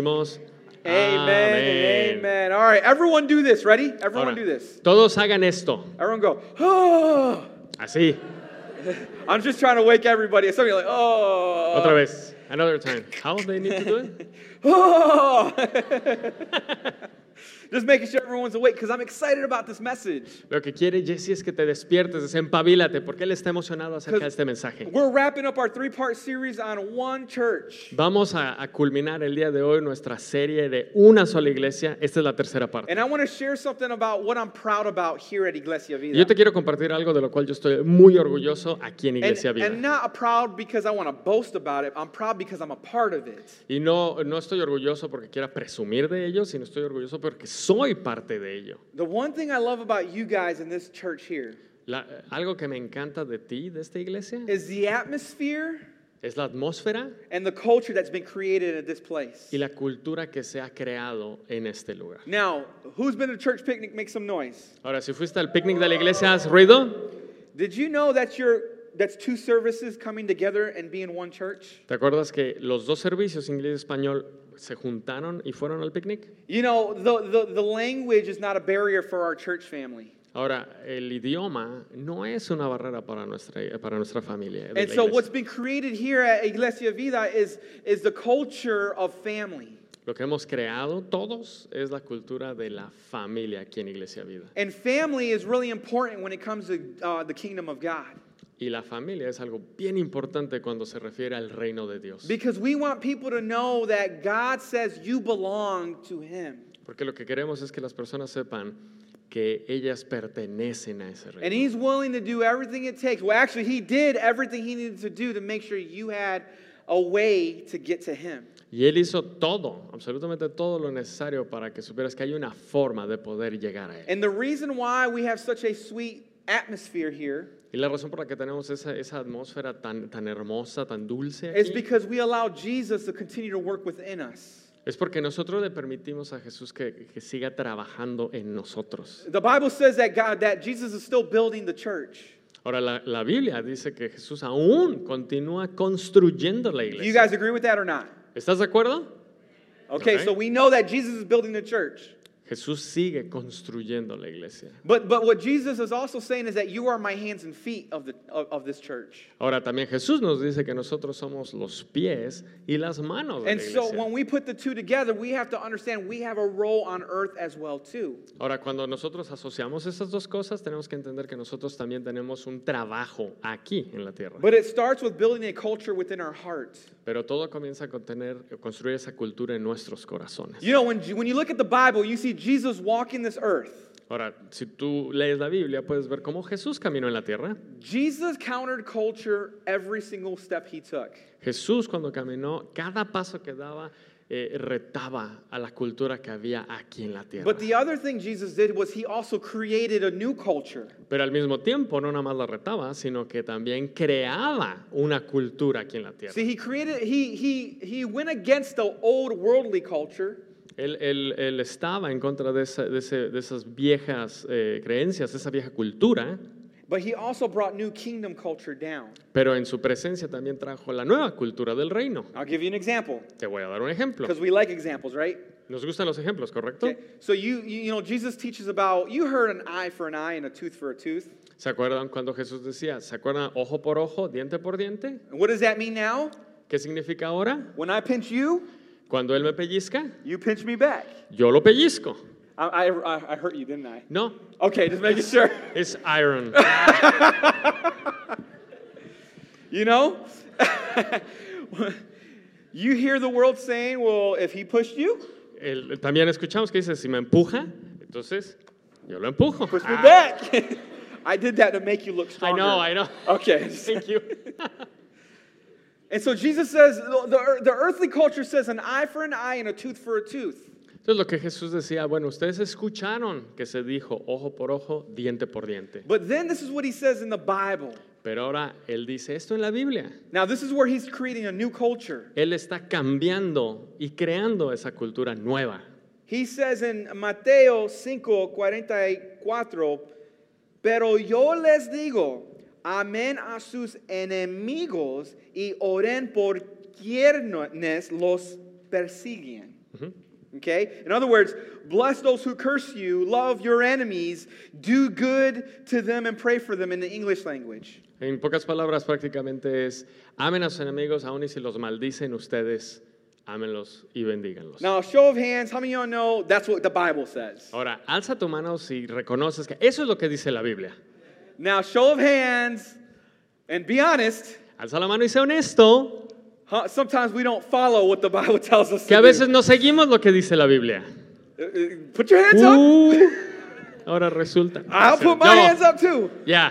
Decimos, Amen. amén. and Amen. All right, everyone do this. Ready? Everyone Ahora, do this. todos hagan esto, Everyone go. Oh. así, I'm just trying to wake everybody. Some of you are like, oh. otra vez, another time. How they need to do it? Oh. just making sure everyone's awake because I'm excited about this message. Lo que quiere Jesse es que te despiertes, desempavílate, porque él está emocionado acerca de este mensaje. We're wrapping up our three part series on one church. Vamos a, a culminar el día de hoy nuestra serie de una sola iglesia. Esta es la tercera parte. And I want to share something about what I'm proud about here at Iglesia Vida. Y Yo te quiero compartir algo de lo cual yo estoy muy orgulloso aquí en and, Iglesia and Vida. not proud because I want to boast about it. I'm proud because I'm a part of it. Y no, no estoy orgulloso porque quiera presumir de ello, sino estoy orgulloso porque soy parte de ello. The one thing I love about you guys in this church here La- algo que me encanta de ti, de esta iglesia, is the atmosphere es la atmósfera and the culture that's been created at this place. y la cultura que se ha creado en este lugar. Now, who's been to church picnic? Make some noise. Ahora, si fuiste al picnic de la iglesia, ¿has ruido? Did you know that's your that's two services coming together and being one church? ¿Te acuerdas que los dos servicios, inglés y español, se juntaron y fueron al picnic? You know, the, the, the language is not a barrier for our church family. Ahora, el idioma no es una barrera para nuestra, para nuestra familia. de la And so iglesia. what's been created here at Iglesia Vida is is the culture of family. Lo que hemos creado todos es la cultura de la familia aquí en Iglesia Vida. And family is really important when it comes to uh, the kingdom of God. Y la familia es algo bien importante cuando se refiere al reino de Dios. Because we want people to know that God says you belong to Him. Porque lo que queremos es que las personas sepan que ellas pertenecen a ese And reino. He's willing to do everything it takes. Well, actually, He did everything He needed to do to make sure you had a way to get to Him. Y Él hizo todo, absolutamente todo lo necesario para que supieras que hay una forma de poder llegar a Él. And the reason why we have such a sweet atmosphere here Y la razón por la que tenemos esa, esa atmósfera tan, tan hermosa, tan dulce, is aquí, because we allow Jesus to continue to work within us. es porque nosotros le permitimos a Jesús que- que siga trabajando en nosotros. The Bible says that God, that Jesus is still building the church. Ahora, la, la Biblia dice que Jesús aún continúa construyendo la Do you iglesia. guys agree with that or not? ¿Estás de acuerdo? Okay, Okay. so we know that Jesus is building the church. Jesús sigue construyendo la iglesia. But but what Jesus is also saying is that you are my hands and feet of the of, of this church. Ahora, también Jesús nos dice que nosotros somos los pies y las manos de And la so when iglesia. we put the two together, we have to understand we have a role on earth as well too. Ahora, cuando nosotros asociamos esas dos cosas, tenemos que entender que nosotros también tenemos un trabajo aquí en la tierra. But it starts with building a culture within our heart. Pero todo comienza con tener, construir esa cultura en nuestros corazones. You know, when you- when you look at the Bible, you see Jesus walking this earth. Ahora, si tú lees la Biblia, puedes ver cómo Jesús caminó en la tierra. Jesus countered culture every single step he took. Jesús cuando caminó, cada paso que daba eh, retaba a la cultura que había aquí en la tierra. But the other thing Jesus did was he also created a new culture. Pero al mismo tiempo no nada más la retaba, sino que también creaba una cultura aquí en la tierra. See, he created he he he went against the old worldly culture. Él, él- él estaba en contra de, esa- de ese- de esas viejas eh, creencias, esa vieja cultura, But he also brought new kingdom culture down. pero en su presencia también trajo la nueva cultura del reino. I'll give you an example Te voy a dar un ejemplo. because we like examples, right? Nos gustan los ejemplos, ¿correcto? Okay. So you, you you know Jesus teaches about you heard an eye for an eye and a tooth for a tooth. ¿Se acuerdan cuando Jesús decía, ¿se acuerdan ojo por ojo, diente por diente? And what does that mean now? ¿Qué significa ahora? When I pinch you, Cuando él me pellizca, you pinch me back. yo lo pellizco. I I, I- I hurt you, didn't I? No, Okay, just making sure. es iron. You know, you hear the world saying, "Well, if he pushed you, El- también escuchamos que dice, si me empuja, entonces yo lo empujo. push me Ah, back." I did that to make you look I stronger. know, I know. Okay. Thank you. And so Jesus says, the, the ear- the earthly culture says an eye for an eye and a tooth for a tooth. Entonces lo que Jesús decía, bueno, ustedes escucharon que se dijo ojo por ojo, diente por diente. But then this is what he says in the Bible. Pero ahora él dice esto en la Biblia. Now, this is where he's creating a new culture. Él está cambiando y creando esa cultura nueva. He says in Mateo 5:44, pero yo les digo, amen a sus enemigos y oren por quienes los persiguen. Okay? In other words, bless those who curse you, love your enemies, do good to them, and pray for them in the English language. En pocas palabras, prácticamente es, amen a sus enemigos, aun y si los maldicen ustedes, ámenlos y bendíganlos. Now, show of hands, how many of y'all know that's what the Bible says? Ahora, alza tu mano si reconoces que eso es lo que dice la Biblia. Now, show of hands, and be honest, Alza la mano y sé honesto, huh, sometimes we don't follow what the Bible tells us que a to veces do. no seguimos lo que dice la Biblia. Uh, uh, Put your hands up. Uh, ahora resulta. I'll put my Yo, hands up too. Ya,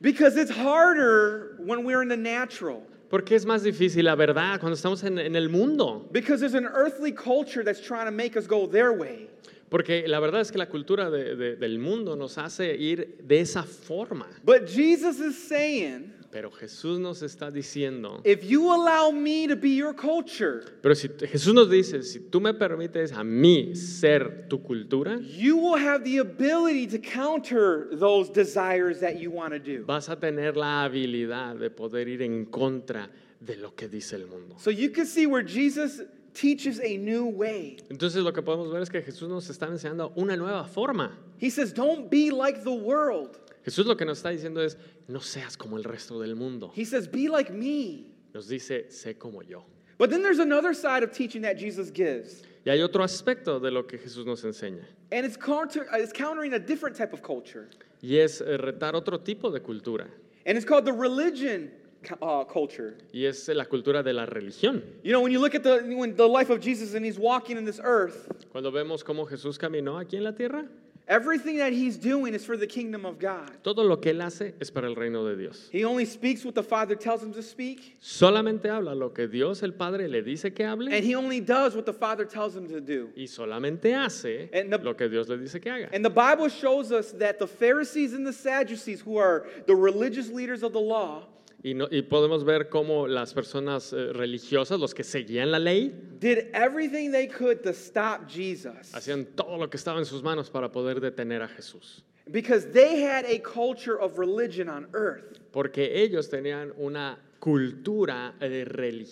Because it's harder when we're in the natural. porque es más difícil la verdad cuando estamos en, en el mundo. Because there's an earthly culture that's trying to make us go their way. Porque la verdad es que la cultura de- de- del mundo nos hace ir de esa forma. But Jesus is saying, Pero Jesús nos está diciendo, if you allow me to be your culture, pero si Jesús nos dice, si tú me permites a mí ser tu cultura, you will have the ability to counter those desires that you want to do. vas a tener la habilidad de poder ir en contra de lo que dice el mundo. So you can see where Jesus teaches a new way. Entonces lo que podemos ver es que Jesús nos está enseñando una nueva forma. He says, don't be like the world. Jesús lo que nos está diciendo es, no seas como el resto del mundo. He says, be like me. Nos dice, sé como yo. But then there's another side of teaching that Jesus gives, Y hay otro aspecto de lo que Jesús nos enseña, and it's, counter, uh, it's countering a different type of culture, y es eh, retar otro tipo de cultura, and it's called the religion cu- uh, culture. y es eh, la cultura de la religión. You know, when you look at the, when the life of Jesus and he's walking in this earth, Cuando vemos cómo Jesús caminó aquí en la tierra, everything that he's doing is for the kingdom of God. todo lo que él hace es para el reino de Dios. He only speaks what the Father tells him to speak, Solamente habla lo que Dios el Padre le dice que hable and he only does what the Father tells him to do. y solamente hace And the- lo que Dios le dice que haga. And the Bible shows us that the Pharisees and the Sadducees, who are the religious leaders of the law, Y, no- y podemos ver cómo las personas eh, religiosas, los que seguían la ley, did everything they could to stop Jesus. hacían todo lo que estaba en sus manos para poder detener a Jesús. Because they had a culture of religion on earth. Porque ellos tenían una cultura eh, de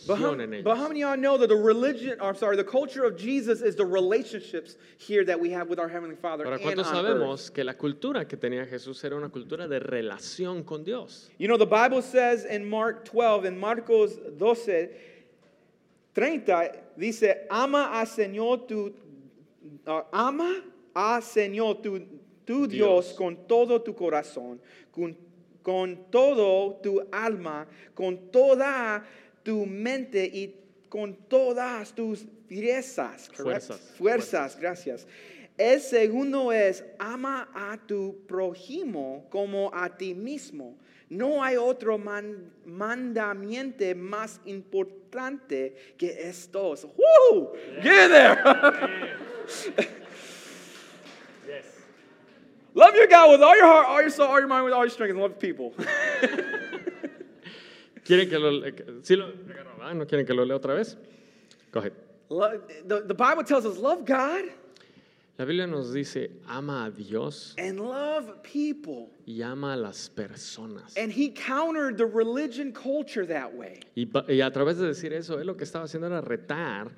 But how, religión en but how ellos. many of y'all know that the religion, or I'm sorry, the culture of Jesus is the relationships here that we have with our Heavenly Father Ahora, and ¿cuántos on earth? sabemos que la cultura que tenía Jesús era una cultura de relación con Dios? You know, the Bible says in Mark 12, in Marcos 12, 30, dice, ama a Señor tu, uh, ama a Señor tu, tu Dios. Dios. con todo tu corazón, con, con todo tu alma, con toda tu mente y con todas tus fuerzas. correct? Fuerzas. Fuerzas, gracias. El segundo es, ama a tu prójimo como a ti mismo. No hay otro man- mandamiento más importante que estos. Woo! Get there! love your God with all your heart, all your soul, all your mind, with all your strength, and love people. ¿Quieren que lo, eh, que- sí lo agarro, ¿verdad? ¿No quieren que lo lea otra vez? Go ahead. Lo- the, the Bible tells us love God La Biblia nos dice, ama a Dios and love people. y ama a las personas. And he countered the religion culture that way. Y, pa- y a través de decir eso, él lo que estaba haciendo era retar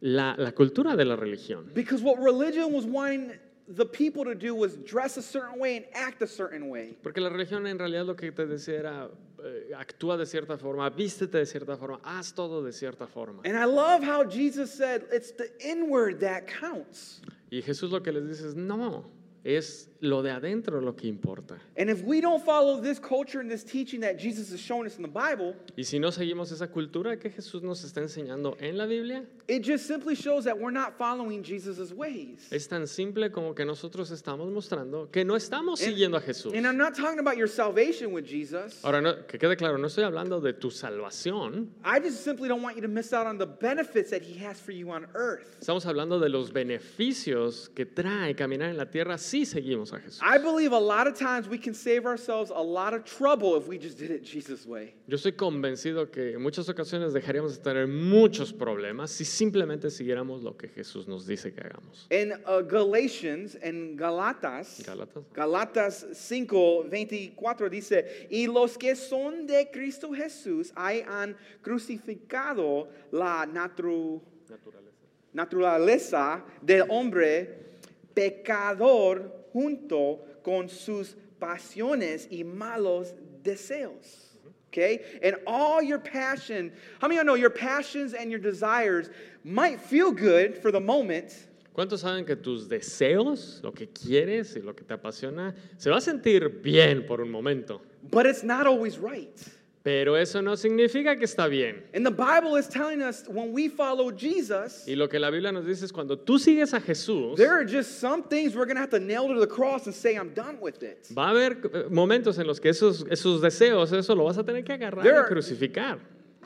la, la cultura de la religión. Because what religion was wanting the people to do was dress a certain way and act a certain way. Porque la religión en realidad lo que te decía era, eh, actúa de cierta forma, vístete de cierta forma, haz todo de cierta forma. And I love how Jesus said it's the inward that counts. Y Jesús lo que les dice es, no, es lo de adentro lo que importa. And if we don't follow this culture and this teaching that Jesus is showing us in the Bible, Y si no seguimos esa cultura que Jesús nos está enseñando en la Biblia, it just simply shows that we're not following Jesus' ways. es tan simple como que nosotros estamos mostrando que no estamos siguiendo a Jesús. Uh, And I'm not talking about your salvation with Jesus. Ahora, no- que quede claro, no estoy hablando de tu salvación, I just simply don't want you to miss out on the benefits that he has for you on earth. Estamos hablando de los beneficios que trae caminar en la tierra si seguimos a Jesús. I believe a lot of times we can save ourselves a lot of trouble if we just did it Jesus' way. Yo estoy convencido que en muchas ocasiones dejaríamos de tener muchos problemas si simplemente siguiéramos lo que Jesús nos dice que hagamos. In uh, Galatians and Galatas, Gálatas. Galatas 5, 24 dice, y los que son de Cristo Jesús ahí han crucificado la natu- Naturaleza. naturaleza del hombre pecador junto con sus pasiones y malos deseos. Okay? And all your passion, how many of you know your passions and your desires might feel good for the moment, ¿Cuántos saben que tus deseos, lo que quieres y lo que te apasiona, se va a sentir bien por un momento? but it's not always right? Pero eso no significa que está bien. And the Bible is telling us when we follow Jesus, Y lo que la Biblia nos dice es cuando tú sigues a Jesús, there are just some things we're going to have to nail to the cross and say, I'm done with it. va a haber eh, momentos en los que esos, esos deseos, eso lo vas a tener que agarrar There- y crucificar.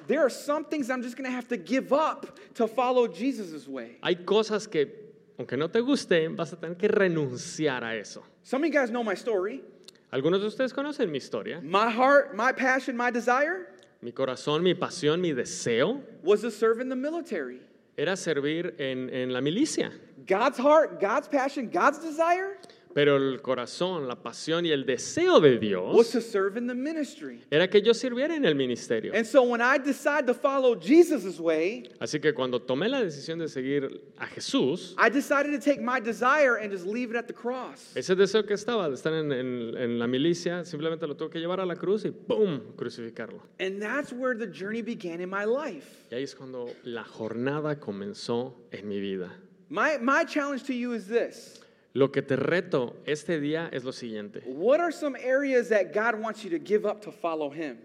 There are some things I'm just going to have to give up to follow Jesus' way. Hay cosas que, aunque no te gusten, vas a tener que renunciar a eso. Some of you guys know my story. Algunos de ustedes conocen mi historia. My heart, my passion, my desire Mi corazón, mi pasión, mi deseo was to serve in the military. era servir en, en la milicia. God's heart, God's passion, God's desire Pero el corazón, la pasión y el deseo de was Dios to serve in the ministry. era que yo sirviera en el ministerio. And so when I decide to follow Jesus' way, Así que cuando tomé la decisión de seguir a Jesús, I decided to take my desire and just leave it at the cross. ese deseo que estaba de estar en, en- en la milicia, simplemente lo tuve que llevar a la cruz y ¡pum! crucificarlo. And that's where the journey began in my life. Y ahí es cuando la jornada comenzó en mi vida. My, my challenge to you is this Lo que te reto este día es lo siguiente. What are some areas that God wants you to give up to follow Him?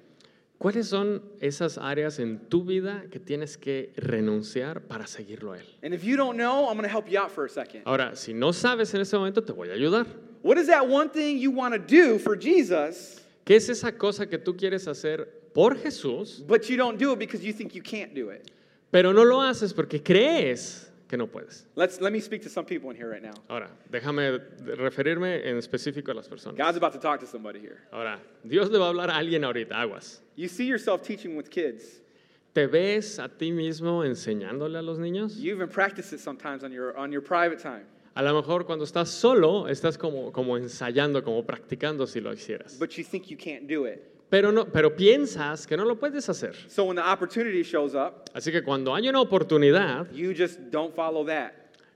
¿Cuáles son esas áreas en tu vida que tienes que renunciar para seguirlo a Él? And if you don't know, I'm going to help you out for a second. Ahora, si no sabes en este momento, te voy a ayudar. What is that one thing you want to do for Jesus, ¿Qué es esa cosa que tú quieres hacer por Jesús, but you don't do it because you think you can't do it? pero no lo haces porque crees que no puedes? Let's, let me speak to some people in here right now. Ahora, déjame referirme en específico a las personas. God's about to talk to somebody here. Ahora, Dios le va a hablar a alguien ahorita, aguas. You see yourself teaching with kids. ¿Te ves a ti mismo enseñándole a los niños? You even practice it sometimes on your, on your private time. A lo mejor cuando estás solo, estás como, como ensayando, como practicando si lo hicieras. but you think you can't do it. Pero, no, pero piensas que no lo puedes hacer. So when the opportunity shows up, Así que cuando hay una oportunidad, you just don't follow that.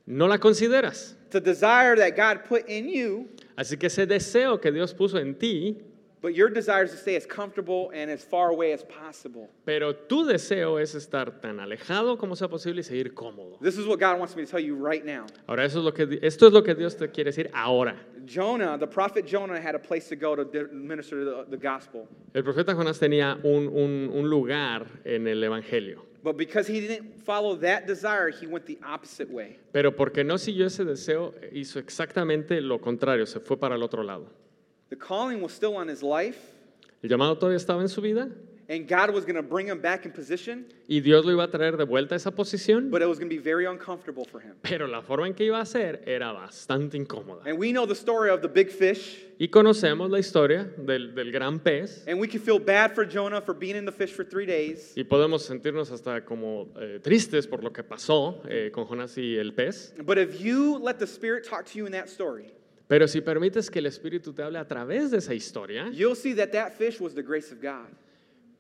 no la consideras. It's a desire that God put in you, Así que ese deseo que Dios puso en ti, but your desire is to stay as comfortable and as far away as possible. Pero tu deseo es estar tan alejado como sea posible y seguir cómodo. This is what God wants me to tell you right now. Ahora, eso es lo que, di- esto es lo que Dios te quiere decir ahora. Jonah, the prophet Jonah, had a place to go to di- minister the, the gospel. El profeta Jonás tenía un, un- un lugar en el Evangelio, But because he didn't follow that desire, he went the opposite way. pero porque no siguió ese deseo, hizo exactamente lo contrario, se fue para el otro lado. The calling was still on his life, El llamado todavía estaba en su vida and God was going to bring him back in position, y Dios lo iba a traer de vuelta a esa posición, but it was going to be very uncomfortable for him. pero la forma en que iba a ser era bastante incómoda. And we know the story of the big fish. Y conocemos la historia del, del gran pez And we can feel bad for Jonah for being in the fish for three days. Y podemos sentirnos hasta como eh, tristes por lo que pasó eh, con Jonás y el pez. But if you let the Spirit talk to you in that story, Pero si permites que el Espíritu te hable a través de esa historia, you'll see that that fish was the grace of God.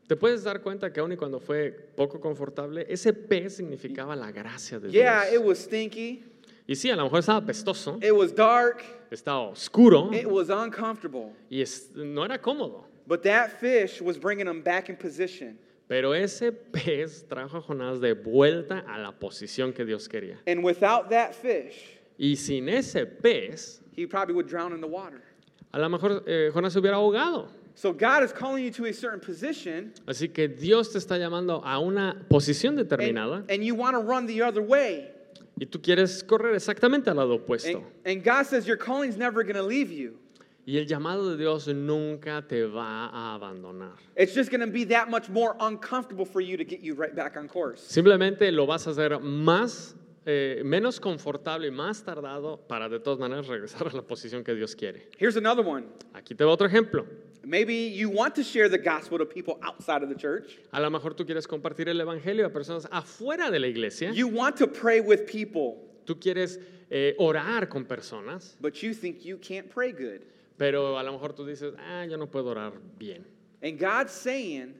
te puedes dar cuenta que aun y cuando fue poco confortable, ese pez significaba la gracia de Yeah, it Dios. was stinky, Y sí, a lo mejor estaba pestoso, it was dark, estaba oscuro it was uncomfortable. y es- no era cómodo. But that fish was bringing him back in position. Pero ese pez trajo a Jonás de vuelta a la posición que Dios quería. And without that fish, Y sin ese pez, he probably would drown in the water. a lo mejor eh, Jonás se hubiera ahogado. So God is calling you to a certain position, Así que Dios te está llamando a una posición and, determinada and you want to run the other way. y tú quieres correr exactamente al lado And, opuesto. and God says your calling's never going to leave you. Y el llamado de Dios nunca te va a abandonar. It's just going to be that much more uncomfortable for you to get you right back on course. Simplemente lo vas a hacer más, eh, menos confortable y más tardado para de todas maneras regresar a la posición que Dios quiere. Here's another one. Aquí te va otro ejemplo. Maybe you want to share the gospel to people outside of the church. A lo mejor tú quieres compartir el Evangelio a personas afuera de la iglesia. You want to pray with people, Tú quieres eh, orar con personas, but you think you can't pray good. pero a lo mejor tú dices, ah, yo no puedo orar bien. And God's saying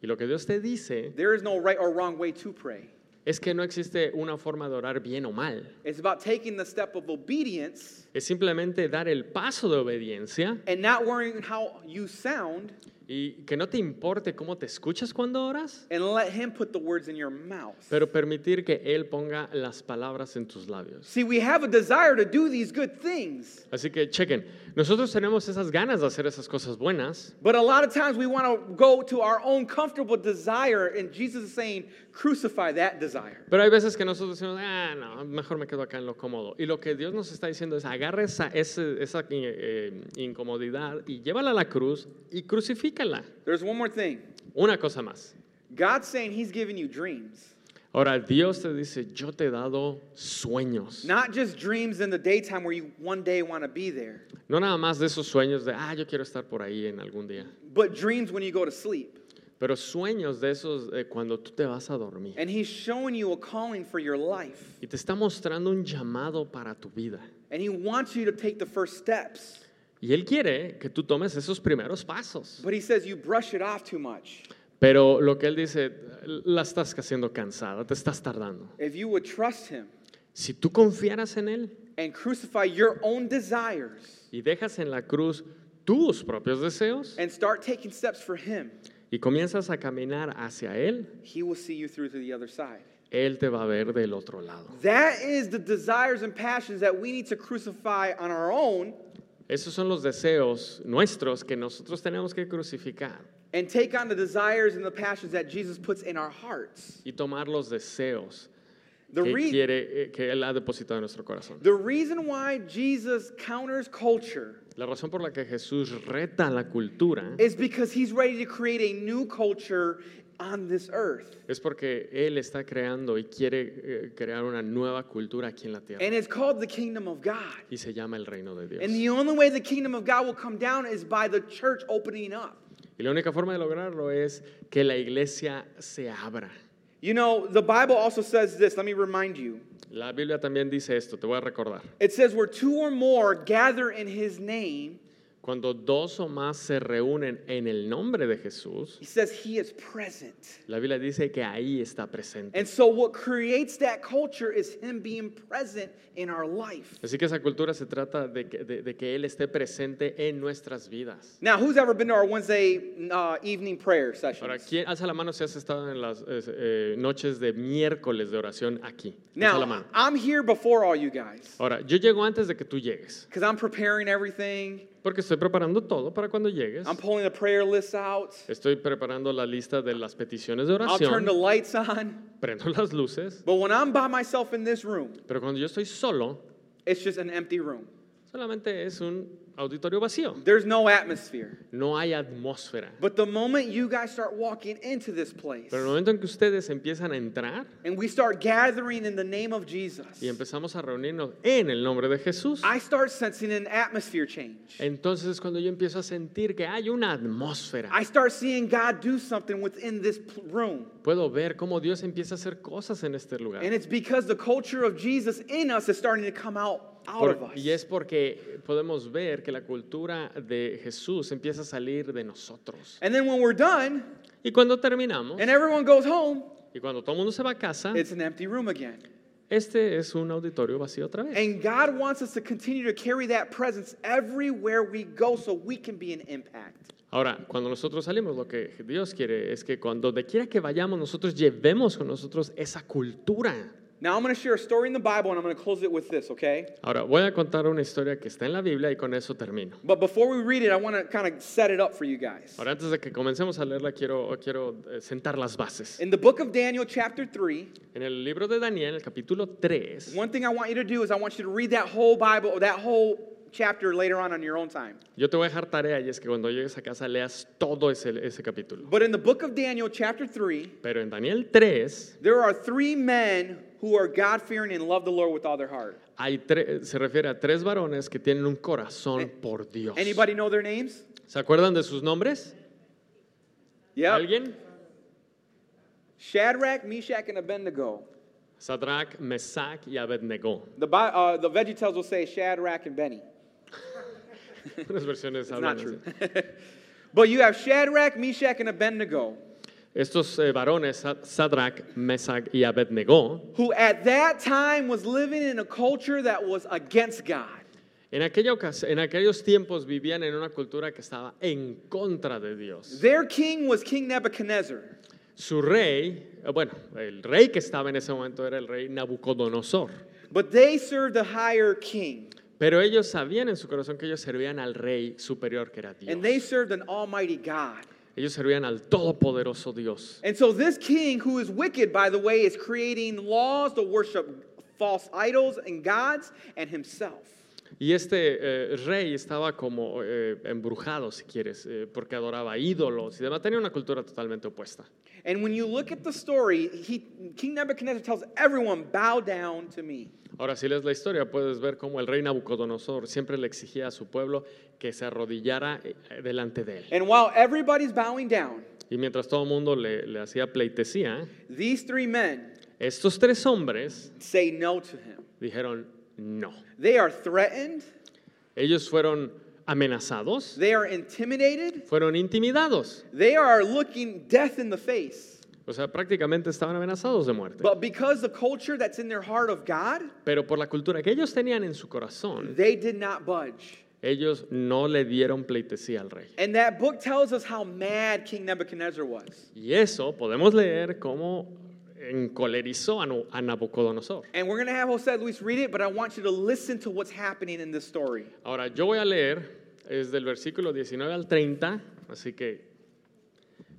Y lo que Dios te dice there is no right or wrong way to pray. Es que no existe una forma de orar bien o mal. It's about taking the step of obedience Es simplemente dar el paso de obediencia and not worrying how you sound y que no te importe cómo te escuchas cuando oras, and let Him put the words in your mouth. pero permitir que Él ponga las palabras en tus labios. See, we have a desire to do these good things, Así que chequen, nosotros tenemos esas ganas de hacer esas cosas buenas, but a lot of times we want to go to our own comfortable desire, and Jesus is saying, crucify that desire. pero hay veces que nosotros decimos, ah, no, mejor me quedo acá en lo cómodo. Y lo que Dios nos está diciendo es, agarra esa, ese- esa eh, eh, incomodidad y llévala a la cruz y crucifícala. There's one more thing Una cosa más. God's saying He's giving you dreams, Ahora, Dios te dice, yo te he dado sueños. not just dreams in the daytime where you one day want to be there, No nada más de esos sueños de, ah, yo quiero estar por ahí en algún día. but dreams when you go to sleep. Pero sueños de esos de cuando tú te vas a dormir. And He's showing you a calling for your life, Y te está mostrando un llamado para tu vida. and He wants you to take the first steps. Y Él quiere que tú tomes esos primeros pasos. But he says you brush it off too much. Pero lo que Él dice, la estás haciendo cansada, te estás tardando. If you would trust him Si tú confiaras en Él and crucify your own desires y dejas en la cruz tus propios deseos and start taking steps for him, y comienzas a caminar hacia Él, he will see you through to the other side. Él te va a ver del otro lado. That is the desires and passions that we need to crucify on our own Esos son los deseos nuestros que nosotros tenemos que crucificar and take on the desires and the passions that Jesus puts in our hearts. y tomar los deseos The, que, rea- quiere, eh, que Él ha depositado en nuestro corazón. the reason why Jesus counters culture La razón por la que Jesús reta la cultura is because he's ready to create a new culture on this earth. es porque Él está creando y quiere eh, crear una nueva cultura aquí en la tierra And it's called the kingdom of God. y se llama el reino de Dios. And the only way the kingdom of God will come down is by the church opening up. Y la única forma de lograrlo es que la iglesia se abra. You know, the Bible also says this, let me remind you. La Biblia también dice esto, te voy a recordar. It says, where two or more gather in his name, Cuando dos o más se reúnen en el nombre de Jesús, he says he is present. la Biblia dice que ahí está presente. And so, what creates that culture is him being present in our life. Así que esa cultura se trata de que, de- de que Él esté presente en nuestras vidas. Now, who's ever been to our Wednesday uh, evening prayer sessions? Ahora, ¿quién alza la mano si has estado en las eh, eh, noches de miércoles de oración aquí? Alza la Now, mano. I'm here before all you guys Ahora, yo llego antes de que tú llegues, because I'm preparing everything, porque estoy preparando todo para cuando llegues. I'm pulling the prayer lists out, Estoy preparando la lista de las peticiones de I'll turn the oración, lights on. prendo las luces, But when I'm by myself in this room, pero cuando yo estoy solo, it's just an empty room. solamente es un auditorio vacío. There's no atmosphere. No hay atmósfera. But the moment you guys start walking into this place Pero en el momento en que ustedes empiezan a entrar and we start gathering in the name of Jesus, y empezamos a reunirnos en el nombre de Jesús, I start sensing an atmosphere change. Entonces es cuando yo empiezo a sentir que hay una atmósfera. I start seeing God do something within this pl- room. Puedo ver cómo Dios empieza a hacer cosas en este lugar. And it's because the culture of Jesus in us is starting to come out out Por- of us. y es porque podemos ver que la cultura de Jesús empieza a salir de nosotros. And then when we're done Y cuando terminamos, and everyone goes home, y cuando todo el mundo se va a casa, it's an empty room again. este es un auditorio vacío otra vez. And God wants us to continue to carry that presence everywhere we go so we can be an impact. Ahora, cuando nosotros salimos, lo que Dios quiere es que cuando de quiera que vayamos, nosotros llevemos con nosotros esa cultura. Now I'm going to share a story in the Bible and I'm going to close it with this, okay? Ahora, voy a contar una historia que está en la Biblia y con eso termino. But before we read it, I want to kind of set it up for you guys. Ahora, antes de que comencemos a leerla, quiero, quiero eh, sentar las bases. In the book of Daniel, chapter 3, En el libro de Daniel, el capítulo 3, one thing I want you to do is I want you to read that whole Bible, or that whole chapter later on on your own time. yo te voy a dejar tarea y es que cuando llegues a casa leas todo ese, ese capítulo. But in the book of Daniel, chapter 3, Pero en Daniel 3 there are three men who are God fearing and love the Lord with all their heart. hay tre- se refiere a tres varones que tienen un corazón por Dios. Anybody know their names? ¿Se acuerdan de sus nombres? Yep. ¿Alguien? Shadrach, Meshach, and Abednego. Sadrach, Mesach y Abednego. The, Bi- uh, the VeggieTales will say Shadrach and Benny. Unas versiones It's not hablan true. así. but you have Shadrach, Meshach, and Abednego. Estos eh, varones, Sa- Sadrach, Mesach y Abednego, who at that time was living in a culture that was against God. en, aquella ocas- en aquellos tiempos vivían en una cultura que estaba en contra de Dios. Their king was King Nebuchadnezzar. Su rey, eh, bueno, el rey que estaba en ese momento era el rey Nabucodonosor, But they served a higher king, pero ellos sabían en su corazón que ellos servían al rey superior que era and they Dios. served an almighty God. Ellos servían al todopoderoso Dios. And so this king, who is wicked, by the way, is creating laws to worship false idols and gods and himself. Y este eh, rey estaba como eh, embrujado, si quieres, eh, porque adoraba ídolos y demás. Tenía una cultura totalmente opuesta. And when you look at the story, he, King Nebuchadnezzar tells everyone, bow down to me. Ahora, si lees la historia, puedes ver cómo el rey Nabucodonosor siempre le exigía a su pueblo que se arrodillara eh, delante de él. And while everybody's bowing down, Y mientras todo el mundo le, le hacía pleitesía, these three men estos tres hombres say no to him. dijeron no. They are threatened, Ellos fueron amenazados, they are intimidated, fueron intimidados. they are looking death in the face. O sea, prácticamente estaban amenazados de muerte. But because the culture that's in their heart of God, Pero por la cultura que ellos tenían en su corazón, they did not budge. Ellos no le dieron pleitesía al rey. And that book tells us how mad King Nebuchadnezzar was. Y eso podemos leer cómo encolerizó a, Nu- a Nabucodonosor. And we're going to have Jose Luis read it, but I want you to listen to what's happening in this story. Ahora, yo voy a leer desde el versículo 19 al 30, así que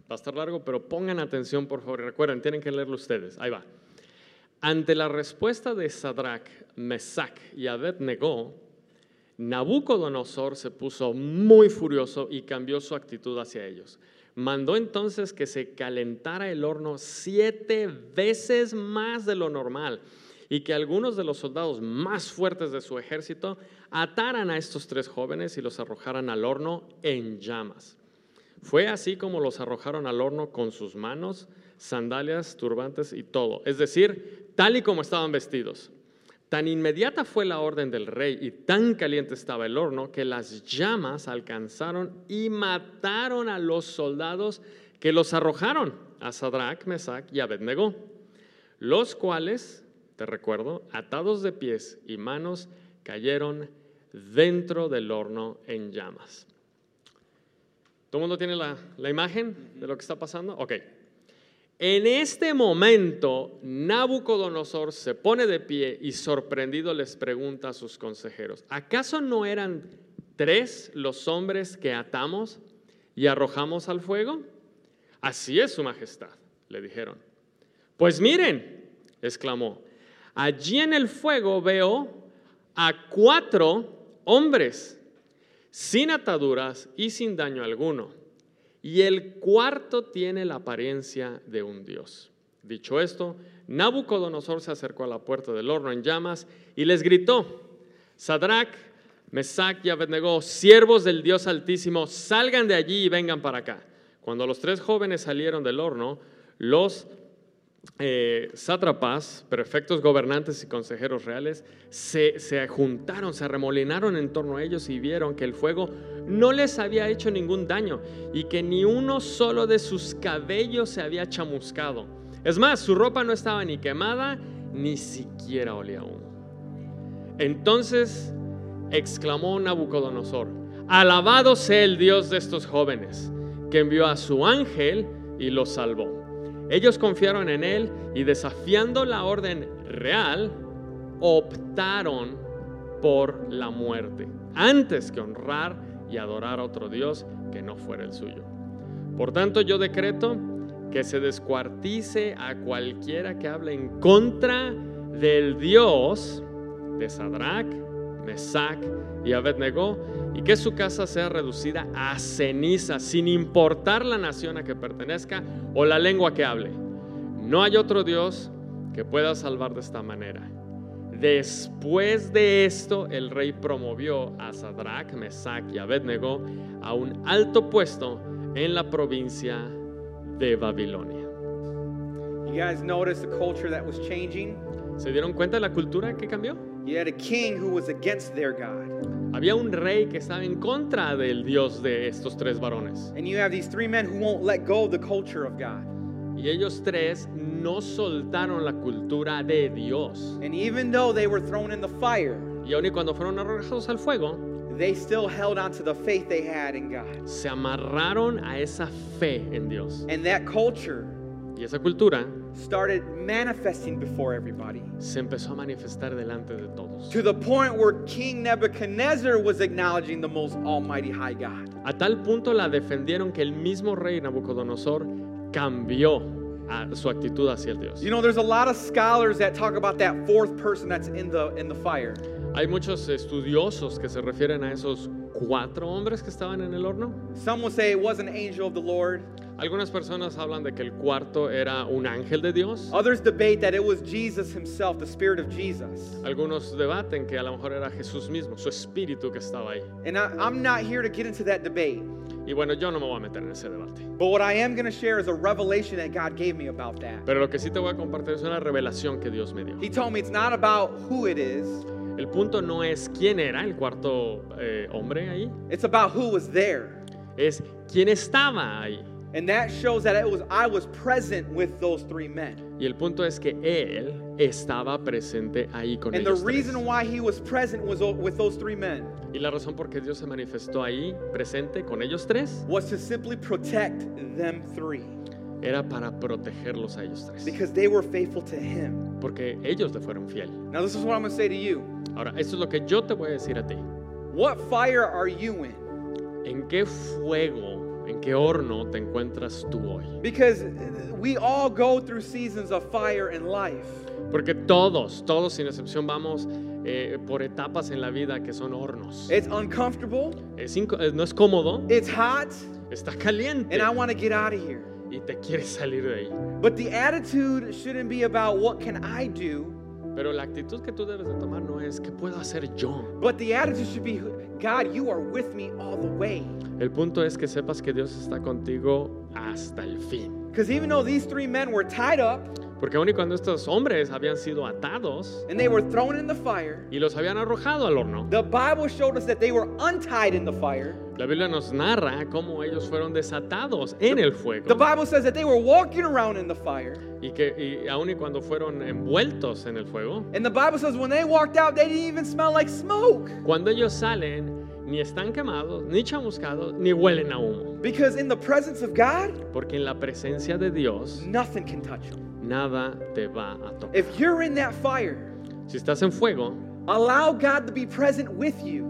va a estar largo, pero pongan atención, por favor. y Recuerden, tienen que leerlo ustedes. Ahí va. Ante la respuesta de Sadrach, Mesach y Abednego, Nabucodonosor se puso muy furioso y cambió su actitud hacia ellos. Mandó entonces que se calentara el horno siete veces más de lo normal y que algunos de los soldados más fuertes de su ejército ataran a estos tres jóvenes y los arrojaran al horno en llamas. Fue así como los arrojaron al horno con sus manos, sandalias, turbantes y todo, es decir, tal y como estaban vestidos. Tan inmediata fue la orden del rey y tan caliente estaba el horno que las llamas alcanzaron y mataron a los soldados que los arrojaron a Sadrach, Mesach y Abednego, los cuales, te recuerdo, atados de pies y manos, cayeron dentro del horno en llamas. ¿Todo el mundo tiene la, la imagen de lo que está pasando? Ok. En este momento, Nabucodonosor se pone de pie y sorprendido les pregunta a sus consejeros, ¿acaso no eran tres los hombres que atamos y arrojamos al fuego? Así es, Su Majestad, le dijeron. Pues miren, exclamó, allí en el fuego veo a cuatro hombres sin ataduras y sin daño alguno. Y el cuarto tiene la apariencia de un dios. Dicho esto, Nabucodonosor se acercó a la puerta del horno en llamas y les gritó, Sadrach, Mesach y Abednego, siervos del Dios Altísimo, salgan de allí y vengan para acá. Cuando los tres jóvenes salieron del horno, los eh, sátrapas, prefectos, gobernantes y consejeros reales se, se juntaron, se arremolinaron en torno a ellos y vieron que el fuego no les había hecho ningún daño y que ni uno solo de sus cabellos se había chamuscado. Es más, su ropa no estaba ni quemada, ni siquiera olía a humo. Entonces exclamó Nabucodonosor, alabado sea el Dios de estos jóvenes, que envió a su ángel y los salvó. Ellos confiaron en él y desafiando la orden real, optaron por la muerte, antes que honrar y adorar a otro Dios que no fuera el suyo. Por tanto, yo decreto que se descuartice a cualquiera que hable en contra del Dios de Sadrach, Mesach y Abednego, y que su casa sea reducida a ceniza, sin importar la nación a que pertenezca o la lengua que hable. No hay otro Dios que pueda salvar de esta manera. Después de esto, el rey promovió a Sadrach, Mesach y Abednego a un alto puesto en la provincia de Babilonia. You guys notice the culture that was changing? ¿Se dieron cuenta de la cultura que cambió? You had a king who was against their God. Había un rey que estaba en contra del dios de estos tres varones. And you have these three men who won't let go of the culture of God. Y ellos tres no soltaron la cultura de Dios. And even though they were thrown in the fire, Y aun y cuando fueron arrojados al fuego, they still held on to the faith they had in God. se amarraron a esa fe en Dios. And that culture Y esa cultura started manifesting before everybody se empezó a manifestar delante de todos. to the point where King Nebuchadnezzar was acknowledging the most almighty high God. A tal punto la defendieron que el mismo rey Nabucodonosor cambió a- su actitud hacia el Dios. You know, there's a lot of scholars that talk about that fourth person that's in the in the fire. Hay muchos estudiosos que se refieren a esos cuatro hombres que estaban en el horno. Some will say it was an angel of the Lord. Algunas personas hablan de que el cuarto era un ángel de Dios. Others debate that it was Jesus himself, the spirit of Jesus. Algunos debaten que a lo mejor era Jesús mismo, su espíritu que estaba ahí. And I, I'm not here to get into that debate. Y bueno, yo no me voy a meter en ese debate. But what I am going to share is a revelation that God gave me about that. Pero lo que sí te voy a compartir es una revelación que Dios me dio. He told me it's not about who it is, El punto no es quién era el cuarto eh, hombre ahí, it's about who was there. es quién estaba ahí. And that shows that it was I was present with those three men. Y el punto es que él estaba presente ahí con And the ellos. tres. reason why he was present was o- with those three men Y la razón por qué Dios se manifestó ahí presente con ellos tres was to simply protect them three era para protegerlos a ellos tres, because they were faithful to him. porque ellos le fueron fiel. Now this is what I'm going to say to you. Ahora, esto es lo que yo te voy a decir a ti. What fire are you in? ¿En qué fuego, en qué horno te encuentras tú hoy? Because we all go through seasons of fire in life. Porque todos, todos sin excepción vamos eh, por etapas en la vida que son hornos. It's uncomfortable, Es inco- eh, no es cómodo, it's hot, está caliente and I want to get out of here. y te quieres salir de ahí. But the attitude shouldn't be about what can I do, Pero la actitud que tú debes de tomar no es ¿qué puedo hacer yo? but the attitude should be God, you are with me all the way. El punto es que sepas que Dios está contigo hasta el fin. Because even though these three men were tied up Porque aun y cuando estos hombres habían sido atados and they were thrown in the fire, y los habían arrojado al horno, the Bible showed us that they were untied in the fire. la Biblia nos narra cómo ellos fueron desatados en el fuego. The Bible says that they were walking around in the fire. Y que y aun y cuando fueron envueltos en el fuego, And the Bible says when they walked out, they didn't even smell like smoke. cuando ellos salen, ni están quemados, ni chamuscados, ni huelen a humo. Because in the presence of God, Porque en la presencia de Dios, nothing can touch them. nada te va a tocar. If you're in that fire, Si estás en fuego, allow God to be present with you.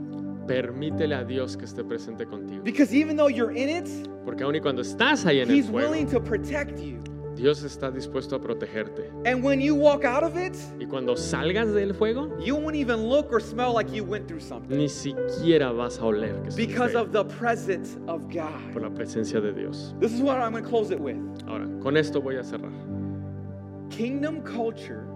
permítele a Dios que esté presente contigo. Because even though you're in it, Porque aun y cuando estás ahí en el He's fuego, willing to protect you. Dios está dispuesto a protegerte. And when you walk out of it, Y cuando salgas del fuego, you won't even look or smell like you went through something ni siquiera vas a oler que estuviste because ahí, of the presence of por God. la presencia de Dios. This is what I'm going to close it with. Ahora, con esto voy a cerrar. Kingdom culture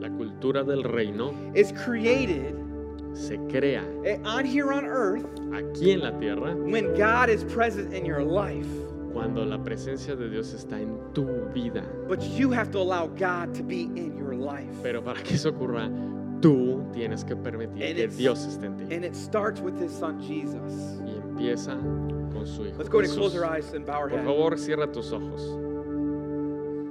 La cultura del reino is created eh, se crea on here on earth aquí en la tierra when God is present in your life. cuando la presencia de Dios está en tu vida. But you have to allow God to be in your life. Pero para que eso ocurra, tú tienes que permitir And que it's- Dios esté en ti. And it starts with his son Jesus. Y empieza con su hijo. Let's go ahead Jesús. and close our eyes and bow our Por heads. favor, cierra tus ojos.